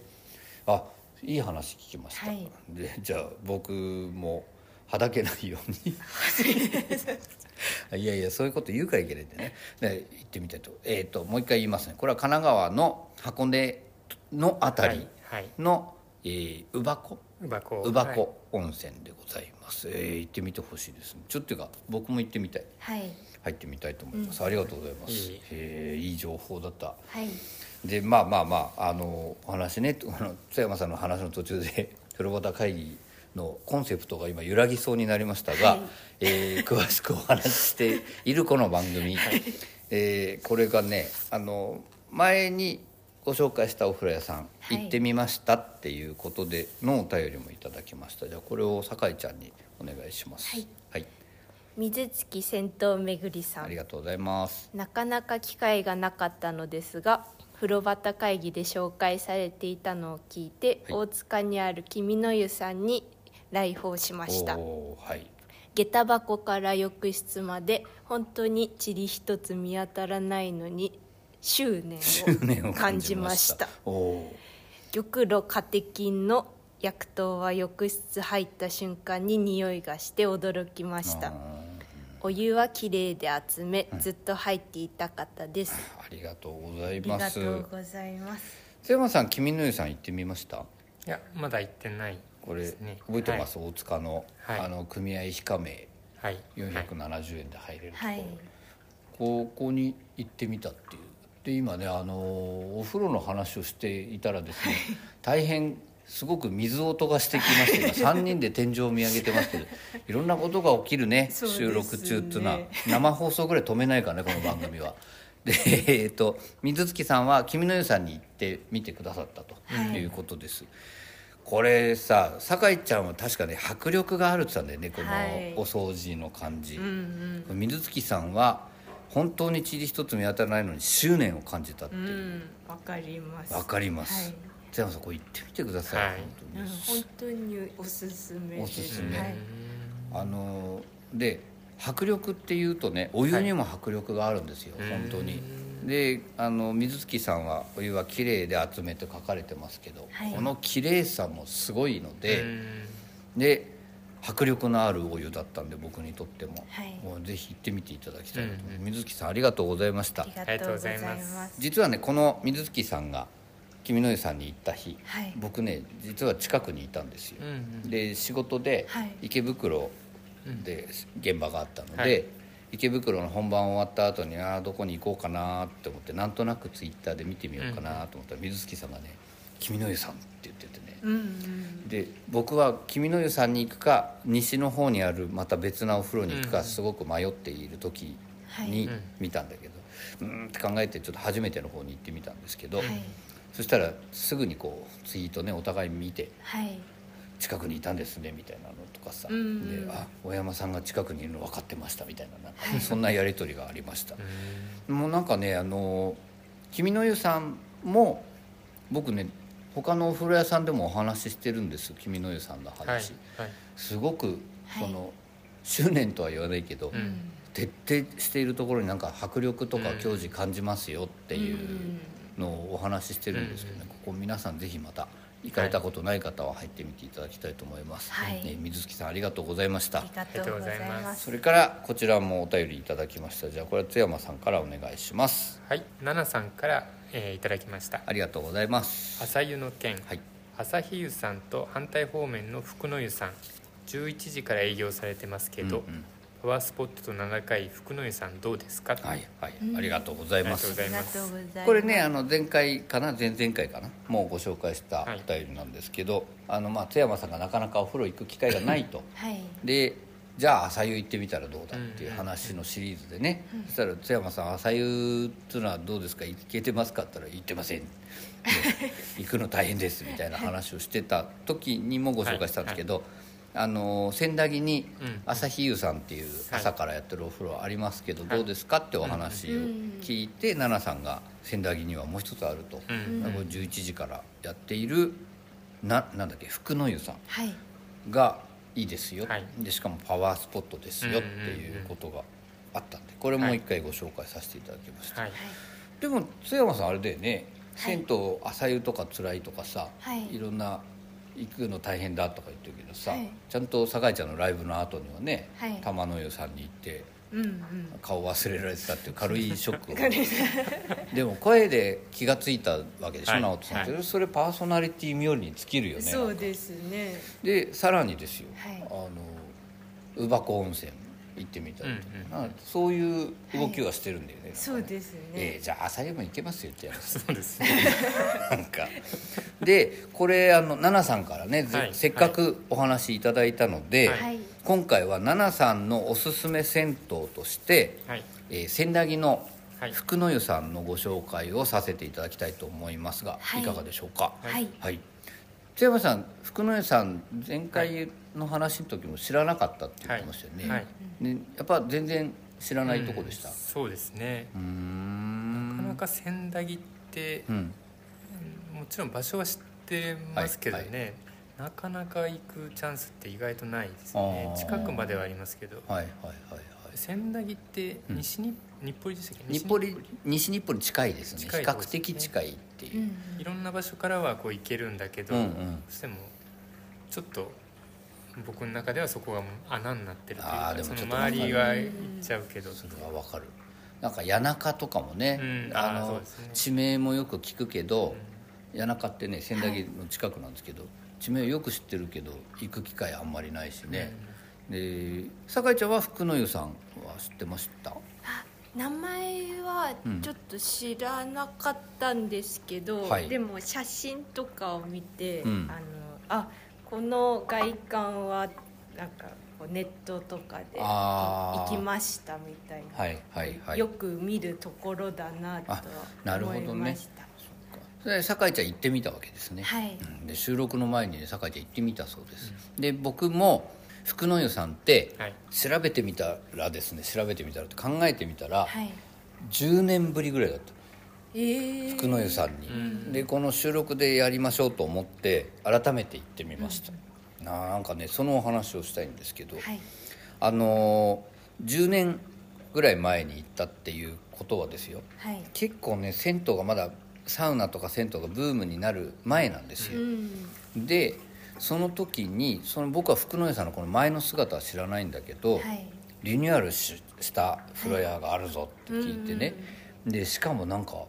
Speaker 2: あいい話聞きました、
Speaker 5: はい
Speaker 2: でじゃあ僕もはだけないよう にいやいやそういうこと言うからいけないんでねで行ってみたいと,、えー、ともう一回言いますねこれは神奈川の箱根のあた
Speaker 4: は
Speaker 2: り
Speaker 4: いはい
Speaker 2: の、えー、乳箱
Speaker 4: うばこ
Speaker 2: 乳箱温泉でございます、えー行ってみてほしいですねちょっというか僕も行ってみたい
Speaker 5: はい
Speaker 2: 入ってみたいと思います、ありがとうございます
Speaker 4: いい
Speaker 2: えーいい情報だった
Speaker 5: はい
Speaker 2: でまあまあまああのお話ねあの津山さんの話の途中で 黒畑会議のコンセプトが今揺らぎそうになりましたが、えー詳しくお話ししているこの番組、えーこれがねあの前にご紹介したお風呂屋さん、
Speaker 5: はい
Speaker 2: 行ってみましたっていうことでのお便りもいただきましたじゃあこれを酒井ちゃんにお願いします
Speaker 3: はい、
Speaker 2: はい、
Speaker 3: 水月銭湯めぐりさ
Speaker 2: あ
Speaker 3: ん
Speaker 2: りがとうございます
Speaker 3: なかなか機会がなかったのですが風呂旗会議で紹介されていたのを聞いて、
Speaker 2: はい
Speaker 3: 大塚にある君の湯さんに来訪しました
Speaker 2: おーはい
Speaker 3: 下駄箱から浴室まで本当に塵一つ見当たらないのに執念
Speaker 2: 年
Speaker 3: を 感じました
Speaker 2: おお
Speaker 3: 玉露カテキンの薬湯は浴室入った瞬間に匂いがして驚きましたお湯はきれいで熱めずっと入っていたかったです
Speaker 2: ありがとうござい
Speaker 5: あり
Speaker 2: ま
Speaker 5: が
Speaker 2: す
Speaker 5: とうございます
Speaker 2: 津山さん君の湯さん行ってみました
Speaker 4: いやまだ行ってない
Speaker 2: これ
Speaker 4: ですね
Speaker 2: 覚えてます、大塚の,、
Speaker 4: はい
Speaker 2: あの組合非加盟
Speaker 4: はいはい
Speaker 2: 470円で入れるところ、
Speaker 5: はい
Speaker 2: ここに行ってみたっていうで今ねあのお風呂の話をしていたらですね大変すごく水音がしてきまして 今3人で天井を見上げてますけどいろんなことが起きるね
Speaker 5: そうですね
Speaker 2: 収録中っていうのは生放送ぐらい止めないからねこの番組は。でえっと水月さんは君の湯さんに行ってみてくださったということです。これさ酒井ちゃんは確かね迫力があるって言ってたんだよねこ
Speaker 5: はい
Speaker 2: のお掃除の感じ、水月さんは本当に塵一つ見当たらないのに執念を感じたっていう
Speaker 5: う、んわかります
Speaker 2: わかります
Speaker 5: はい
Speaker 2: 津山さんこれ行ってみてください、
Speaker 4: はい
Speaker 2: 本当に
Speaker 5: 本当におすすめです
Speaker 2: おすすめ
Speaker 5: はい、
Speaker 2: あので迫力っていうとねお湯にも迫力があるんですよ、
Speaker 4: はい
Speaker 2: 本当に
Speaker 4: う
Speaker 2: であの水月さんは「お湯は綺麗で集め」て書かれてますけど、
Speaker 5: はい
Speaker 2: この綺麗さもすごいの
Speaker 4: う
Speaker 2: で、
Speaker 4: ん
Speaker 2: で迫力のあるお湯だったんで僕にとっても,、
Speaker 5: はい
Speaker 2: もうぜひ行ってみていただきたいなと、
Speaker 4: うんうん
Speaker 2: 水月さんありがとうございました
Speaker 5: ありがとうございます
Speaker 2: 実はねこの水月さんが君の湯さんに行った日、
Speaker 5: はい
Speaker 2: 僕ね実は近くにいたんですよ、
Speaker 4: うんうん
Speaker 2: で仕事で
Speaker 5: はい
Speaker 2: 池袋で現場があったので、
Speaker 4: はい
Speaker 2: 池袋の本番終わった後にああどこに行こうかなって思ってなんとなくツイッターで見てみようかなと思ったら水月さんがね「君の湯さん」って言っててね、
Speaker 5: うんうん
Speaker 2: で僕は君の湯さんに行くか西の方にあるまた別なお風呂に行く
Speaker 4: う
Speaker 2: か
Speaker 4: ん
Speaker 2: すごく迷っている時
Speaker 5: はい
Speaker 2: に見たんだけど、うーんって考えてちょっと初めての方に行ってみたんですけど、
Speaker 5: はい
Speaker 2: そしたらすぐにこうツイートねお互い見て
Speaker 5: はい
Speaker 2: 近くにいたんですねみたいなのとかさ、
Speaker 5: うん
Speaker 2: であ大山さんが近くにいるの分かってましたみたいななんかそんなやり取りがありました、もうなんかねあの君の湯さんも僕ね他のお風呂屋さんでもお話ししてるんです君の湯さんの話、
Speaker 4: はいはい
Speaker 2: すごく
Speaker 5: はい
Speaker 2: その、執念とは言わないけど、
Speaker 4: うん
Speaker 2: 徹底しているところになんか迫力とか
Speaker 4: うん
Speaker 2: 矜持感じますよっていうのをお話ししてるんですけどね、
Speaker 4: う
Speaker 2: ここ皆さんぜひまた行かれたことない方は入ってみていただきたいと思います、
Speaker 5: はい
Speaker 2: ね、水月さんありがとうございました
Speaker 5: ありがとうございま
Speaker 2: そ
Speaker 5: す
Speaker 2: れからこちらもお便りいただきましたじゃあこれは津山さんからお願いします
Speaker 4: はいナナさんから、えーいただきました
Speaker 2: ありがとうございます
Speaker 4: 朝湯の件、
Speaker 2: はい
Speaker 4: 朝日湯さんと反対方面の福の湯さん11時から営業されてますけど、
Speaker 2: うんうん
Speaker 4: パワースポットと7回福の湯さんどうですか、
Speaker 2: はいはい、ありがとうございます
Speaker 4: ありがとうございます
Speaker 5: ありがとうございます
Speaker 2: これねあの前回かな前々回かなもうご紹介した
Speaker 4: はい
Speaker 2: お便りなんですけど、あのまあ津山さんがなかなかお風呂行く機会がないと
Speaker 5: はい
Speaker 2: でじゃあ朝湯行ってみたらどうだっていう話のシリーズでね、そしたら津山さん「朝湯っていうのはどうですか行けてますか?」って言ったら「行ってません」で「行くの大変です」みたいな話をしてた時にもご紹介したんですけど、あの千駄木に
Speaker 4: うん
Speaker 2: 朝日湯さんっていう
Speaker 4: はい
Speaker 2: 朝からやってるお風呂ありますけどどうですかってお話を聞いて奈々さんが千駄木にはもう一つあると、
Speaker 4: うんうん
Speaker 2: これ11時からやっているななんだっけ福の湯さん
Speaker 5: はい
Speaker 2: がいいですよ、
Speaker 4: はい
Speaker 2: でしかもパワースポットですよっていうことがあったんでこれも一回ご紹介させていただきました、
Speaker 4: はい
Speaker 2: でも津山さんあれだよね
Speaker 5: はい
Speaker 2: 銭湯朝湯とか辛いとかさ、
Speaker 5: はい
Speaker 2: いろんな行くの大変だとか言ってるけどさ、
Speaker 5: はい
Speaker 2: ちゃんと酒井ちゃんのライブの後にはね、
Speaker 5: はい
Speaker 2: 玉の湯さんに行って
Speaker 5: うんうん
Speaker 2: 顔忘れられてたっていう軽いショックをでも声で気がついたわけでしょ、
Speaker 4: はい
Speaker 2: 直人さんって、
Speaker 4: は
Speaker 2: それパーソナリティ冥利に尽きるよね
Speaker 5: そうですね
Speaker 2: でさらにですよ、
Speaker 5: はい
Speaker 2: あの乳母湖温泉行ってみたりとか、なんかそういう動きはしてるんだよね、なんかね
Speaker 5: そうですね
Speaker 2: ええじゃあ朝湯も行けますよってやつ
Speaker 4: そうですね
Speaker 2: なんかでこれあの奈々さんからね、ぜ
Speaker 4: はい
Speaker 2: せっかくお話いただいたので、
Speaker 4: はい
Speaker 5: はい
Speaker 2: 今回は奈々さんのおすすめ銭湯として、
Speaker 4: はい
Speaker 2: えー千駄木の
Speaker 4: はい
Speaker 2: 福の湯さんのご紹介をさせていただきたいと思いますが、
Speaker 5: はい
Speaker 2: い、かがでしょうか
Speaker 5: はい
Speaker 2: はい、津山さん福野屋さん前回の話の時も知らなかったって言ってましたよね、
Speaker 4: はいはい
Speaker 2: ねやっぱ全然知らないとこでした
Speaker 4: うんそうですね
Speaker 2: うー
Speaker 4: なんかなか千駄木って、
Speaker 2: うん
Speaker 4: もちろん場所は知ってますけどね、
Speaker 2: はい
Speaker 4: なかなか行くチャンスって意外とないです
Speaker 2: あ
Speaker 4: ね
Speaker 2: ー
Speaker 4: 近くまではありますけど
Speaker 2: はいはいはいはい
Speaker 4: 千駄木って西に、日暮里でしたっけ
Speaker 2: 日暮
Speaker 4: 西
Speaker 2: 里西日暮里近いですね
Speaker 4: 近い
Speaker 2: 比
Speaker 4: 方で
Speaker 2: 較
Speaker 4: すね
Speaker 2: 的近いっていうう、
Speaker 5: ん
Speaker 4: いろんな場所からはこう行けるんだけど、
Speaker 2: うんうん
Speaker 4: どうしてもちょっと僕の中ではそこがもう穴になってるという
Speaker 2: あ
Speaker 4: か
Speaker 2: ーでも
Speaker 4: そ
Speaker 2: ち
Speaker 4: の
Speaker 2: ょっとわかる
Speaker 4: 周りは行っちゃうけど
Speaker 2: それはわかるなんか谷中とかもね、
Speaker 4: うん
Speaker 2: あ
Speaker 4: あーそ
Speaker 2: の
Speaker 4: うですね
Speaker 2: 地名もよく聞くけど、谷中ってね千駄木の近くなんですけど、地名よく知ってるけど行く機会あんまりないしね、で酒井ちゃんは福の湯さんは知ってました
Speaker 5: 名前はちょっと知らなかったんですけど、
Speaker 2: うんはい
Speaker 5: でも写真とかを見て、
Speaker 2: うん
Speaker 5: あのあこの外観はなんかこうネットとかで
Speaker 2: あ
Speaker 5: 行
Speaker 2: ー
Speaker 5: きましたみたいな、
Speaker 2: はいはいはい
Speaker 5: よく見るところだなとは
Speaker 2: あなるほどね
Speaker 5: 思いました、
Speaker 2: それで酒井ちゃん行ってみたわけですね、
Speaker 5: はい
Speaker 2: うんで収録の前にね酒井ちゃん行ってみたそうです、で僕も福の湯さんって
Speaker 4: はい
Speaker 2: 調べてみたらですね調べてみたらって考えてみたら、
Speaker 5: はい
Speaker 2: 10年ぶりぐらいだった
Speaker 5: ええ
Speaker 2: 福の湯さんに、でこの収録でやりましょうと思って改めて行ってみました、ななんかねそのお話をしたいんですけど、
Speaker 5: はい
Speaker 2: あのー10年ぐらい前に行ったっていうことはですよ
Speaker 5: はい
Speaker 2: 結構ね銭湯がまだサウナとか銭湯がブームになる前なんですよ、
Speaker 5: うん
Speaker 2: でその時にその僕は福の湯さんのこの前の姿は知らないんだけど、
Speaker 5: はい
Speaker 2: リニューアルしした風呂屋があるぞって聞いてね、でしかもなんか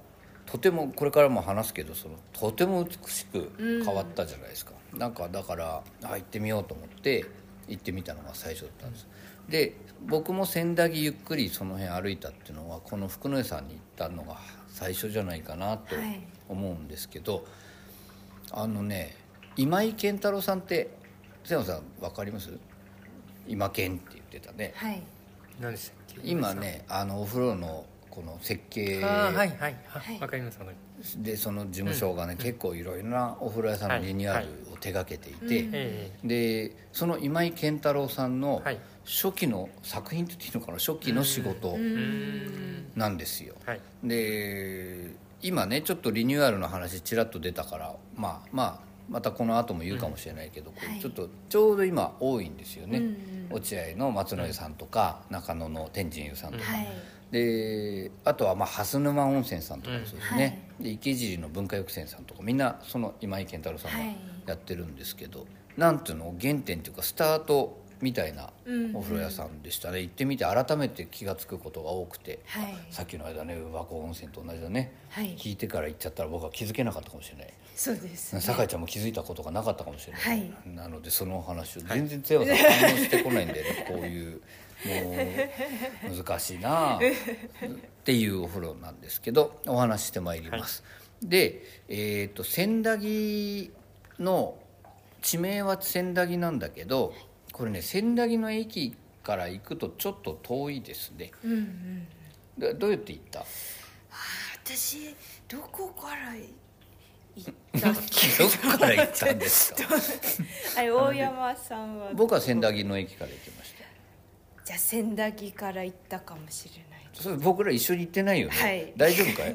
Speaker 2: とてもこれからも話すけどそのとても美しく変わったじゃないですか、なんかだからあ行ってみようと思って行ってみたのが最初だったんです、で僕も千駄木ゆっくりその辺歩いたっていうのはこの福の湯さんに行ったのが最初じゃないかなと
Speaker 5: はい
Speaker 2: 思うんですけど、あのね今井健太郎さんって瀬野さん分かります今健って言ってたね
Speaker 5: はい
Speaker 4: 何でしたっけ
Speaker 2: 今ねあのお風呂のこの設計
Speaker 4: ああはいはいあ
Speaker 5: はい
Speaker 4: わかりますわかります
Speaker 2: でその事務所がね、結構いろいろなお風呂屋さんのリニューアルを手掛けていて、
Speaker 4: え
Speaker 2: でその今井健太郎さんの
Speaker 4: はい
Speaker 2: 初期の作品って言っていいのかな初期の仕事
Speaker 4: えうん
Speaker 2: なんですよ。
Speaker 4: はい
Speaker 2: で今ねちょっとリニューアルの話ちらっと出たからまあまあまたこの後も言うかもしれないけど、これ
Speaker 5: はい
Speaker 2: ちょっとちょうど今多いんですよね、
Speaker 5: うんうん
Speaker 2: 落合の松野湯さんとか、中野の天神湯さんとか、
Speaker 5: はい
Speaker 2: であとはまあ蓮沼温泉さんとかもそうですね、で池尻の文化浴船さんとかみんなその今井健太郎さん
Speaker 5: は
Speaker 2: が
Speaker 5: い
Speaker 2: やってるんですけど、なんていうの原点というかスタートみたいなお風呂屋さんでしたね、行ってみて改めて気が付くことが多くて、
Speaker 5: はい
Speaker 2: さっきの間ね上箱温泉と同じだね、
Speaker 5: はい
Speaker 2: 聞いてから行っちゃったら僕は気づけなかったかもしれない。
Speaker 5: そうです
Speaker 2: 酒井ちゃんも気づいたことがなかったかもしれない、
Speaker 5: はい
Speaker 2: なのでそのお話を全然津山さん反応してこないんだよね こういうもう難しいなあっていうお風呂なんですけどお話ししてまいります、で、えー、と千駄木の地名は千駄木なんだけどこれね千駄木の駅から行くとちょっと遠いですね
Speaker 5: うんうん
Speaker 2: だどうやって行 った
Speaker 5: 私どこから行ったっ
Speaker 2: どこから行ったんですか
Speaker 5: け あれ大山さんは
Speaker 2: 僕は千駄木の駅から行きました
Speaker 5: じゃあ千駄木から行ったかもしれない
Speaker 2: それ僕ら一緒に行ってないよね、
Speaker 5: はい
Speaker 2: 大丈夫か い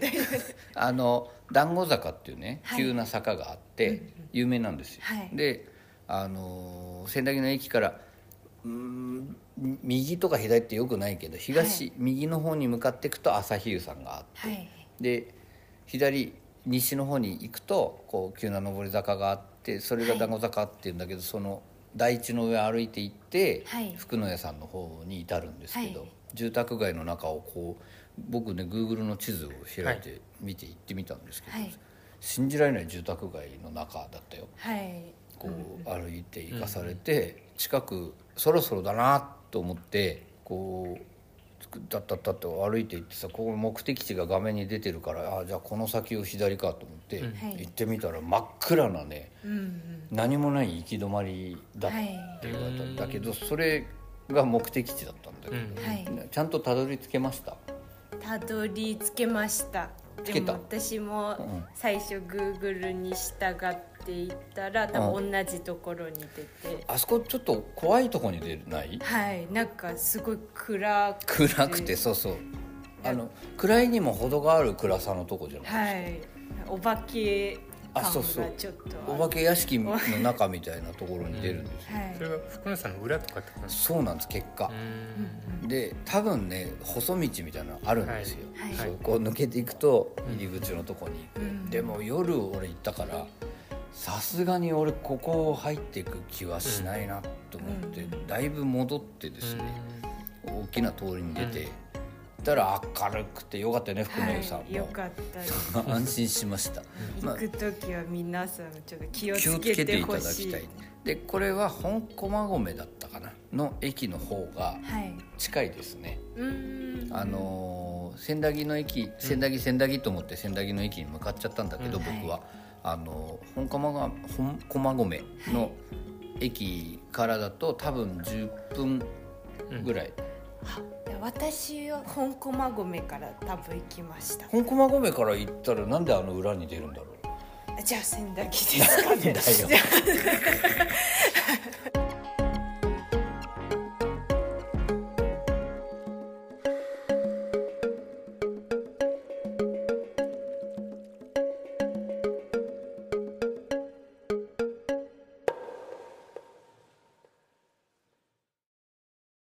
Speaker 2: あの団子坂っていうね、
Speaker 5: はい
Speaker 2: 急な坂があって有名なんですよ、
Speaker 5: はい
Speaker 2: であのー千駄木の駅からうーん右とか左ってよくないけど東、
Speaker 5: は
Speaker 2: 右の方に向かっていくと朝日湯さんがあって、
Speaker 5: はい
Speaker 2: で左西の方に行くとこう急な上り坂があってそれが団子坂っていうんだけど、その台地の上歩いて行って、
Speaker 5: はい
Speaker 2: 福の屋さんの方に至るんですけど、
Speaker 5: はい
Speaker 2: 住宅街の中をこう僕ね Google の地図を開いて見て行ってみたんですけど、
Speaker 5: はい
Speaker 2: 信じられない住宅街の中だったよ
Speaker 5: はい
Speaker 2: こう歩いて行かされて、近くそろそろだなと思ってこうだったったと歩いて行ってさここ目的地が画面に出てるからあじゃあこの先を左かと思って
Speaker 5: はい
Speaker 2: 行ってみたら真っ暗なね
Speaker 5: うんうん
Speaker 2: 何もない行き止まりだって言われたんだけどそれが目的地だったんだ
Speaker 4: うん
Speaker 5: はい
Speaker 2: けどちゃんとたどり着けました
Speaker 5: たどり着けました
Speaker 2: つ
Speaker 5: で
Speaker 2: け
Speaker 5: も
Speaker 2: た
Speaker 5: 私
Speaker 2: うん
Speaker 5: も最初グーグルに従っていったら多分同じところに出て、
Speaker 2: あそこちょっと怖いとこに出ない
Speaker 5: はいなんかすごい暗く
Speaker 2: 暗くてそうそうあの暗いにも程がある暗さのとこじゃない
Speaker 5: はいお化け感
Speaker 2: あ
Speaker 5: が
Speaker 2: そうそう
Speaker 5: ちょっと
Speaker 2: お
Speaker 5: ある
Speaker 2: 化け屋敷の中みたいなところに出るんですよ、
Speaker 5: はい
Speaker 4: それが福野さんの裏とかってことなんです
Speaker 2: そうなんです結果
Speaker 4: かう、ん
Speaker 2: で多分ね細道みたいなのあるんですよ、
Speaker 5: はい
Speaker 4: はい
Speaker 2: そこを抜けていくと入り口のとこに行く、
Speaker 5: うん
Speaker 2: でも夜俺行ったからさすがに俺ここを入っていく気はしないなと思って、だいぶ戻ってですね、大きな通りに出て、たら明るくてよかったよね福野湯さん
Speaker 5: はい、よ
Speaker 2: も、
Speaker 5: かったです
Speaker 2: 安心しました、ま
Speaker 5: 行
Speaker 2: あ
Speaker 5: く時は皆さんちょっと気を
Speaker 2: 気をつ
Speaker 5: つ
Speaker 2: け
Speaker 5: け
Speaker 2: て
Speaker 5: て
Speaker 2: いた
Speaker 5: ほ
Speaker 2: だ
Speaker 5: し
Speaker 2: き
Speaker 5: い
Speaker 2: たいでこれは本駒込だったかなの駅の方が
Speaker 5: はい
Speaker 2: 近いですね、
Speaker 5: うーん
Speaker 2: あのー千駄木の駅千駄木千駄木と思って千駄木の駅に向かっちゃったんだけど、
Speaker 4: うん
Speaker 2: 僕は、あのー本駒が本駒込の駅からだと多分10分ぐらい、
Speaker 5: 私は本駒込から多分行きました
Speaker 2: 本駒込から行ったらなんであの裏に出るんだろう
Speaker 5: じゃあ千駄木ですかね
Speaker 2: だよ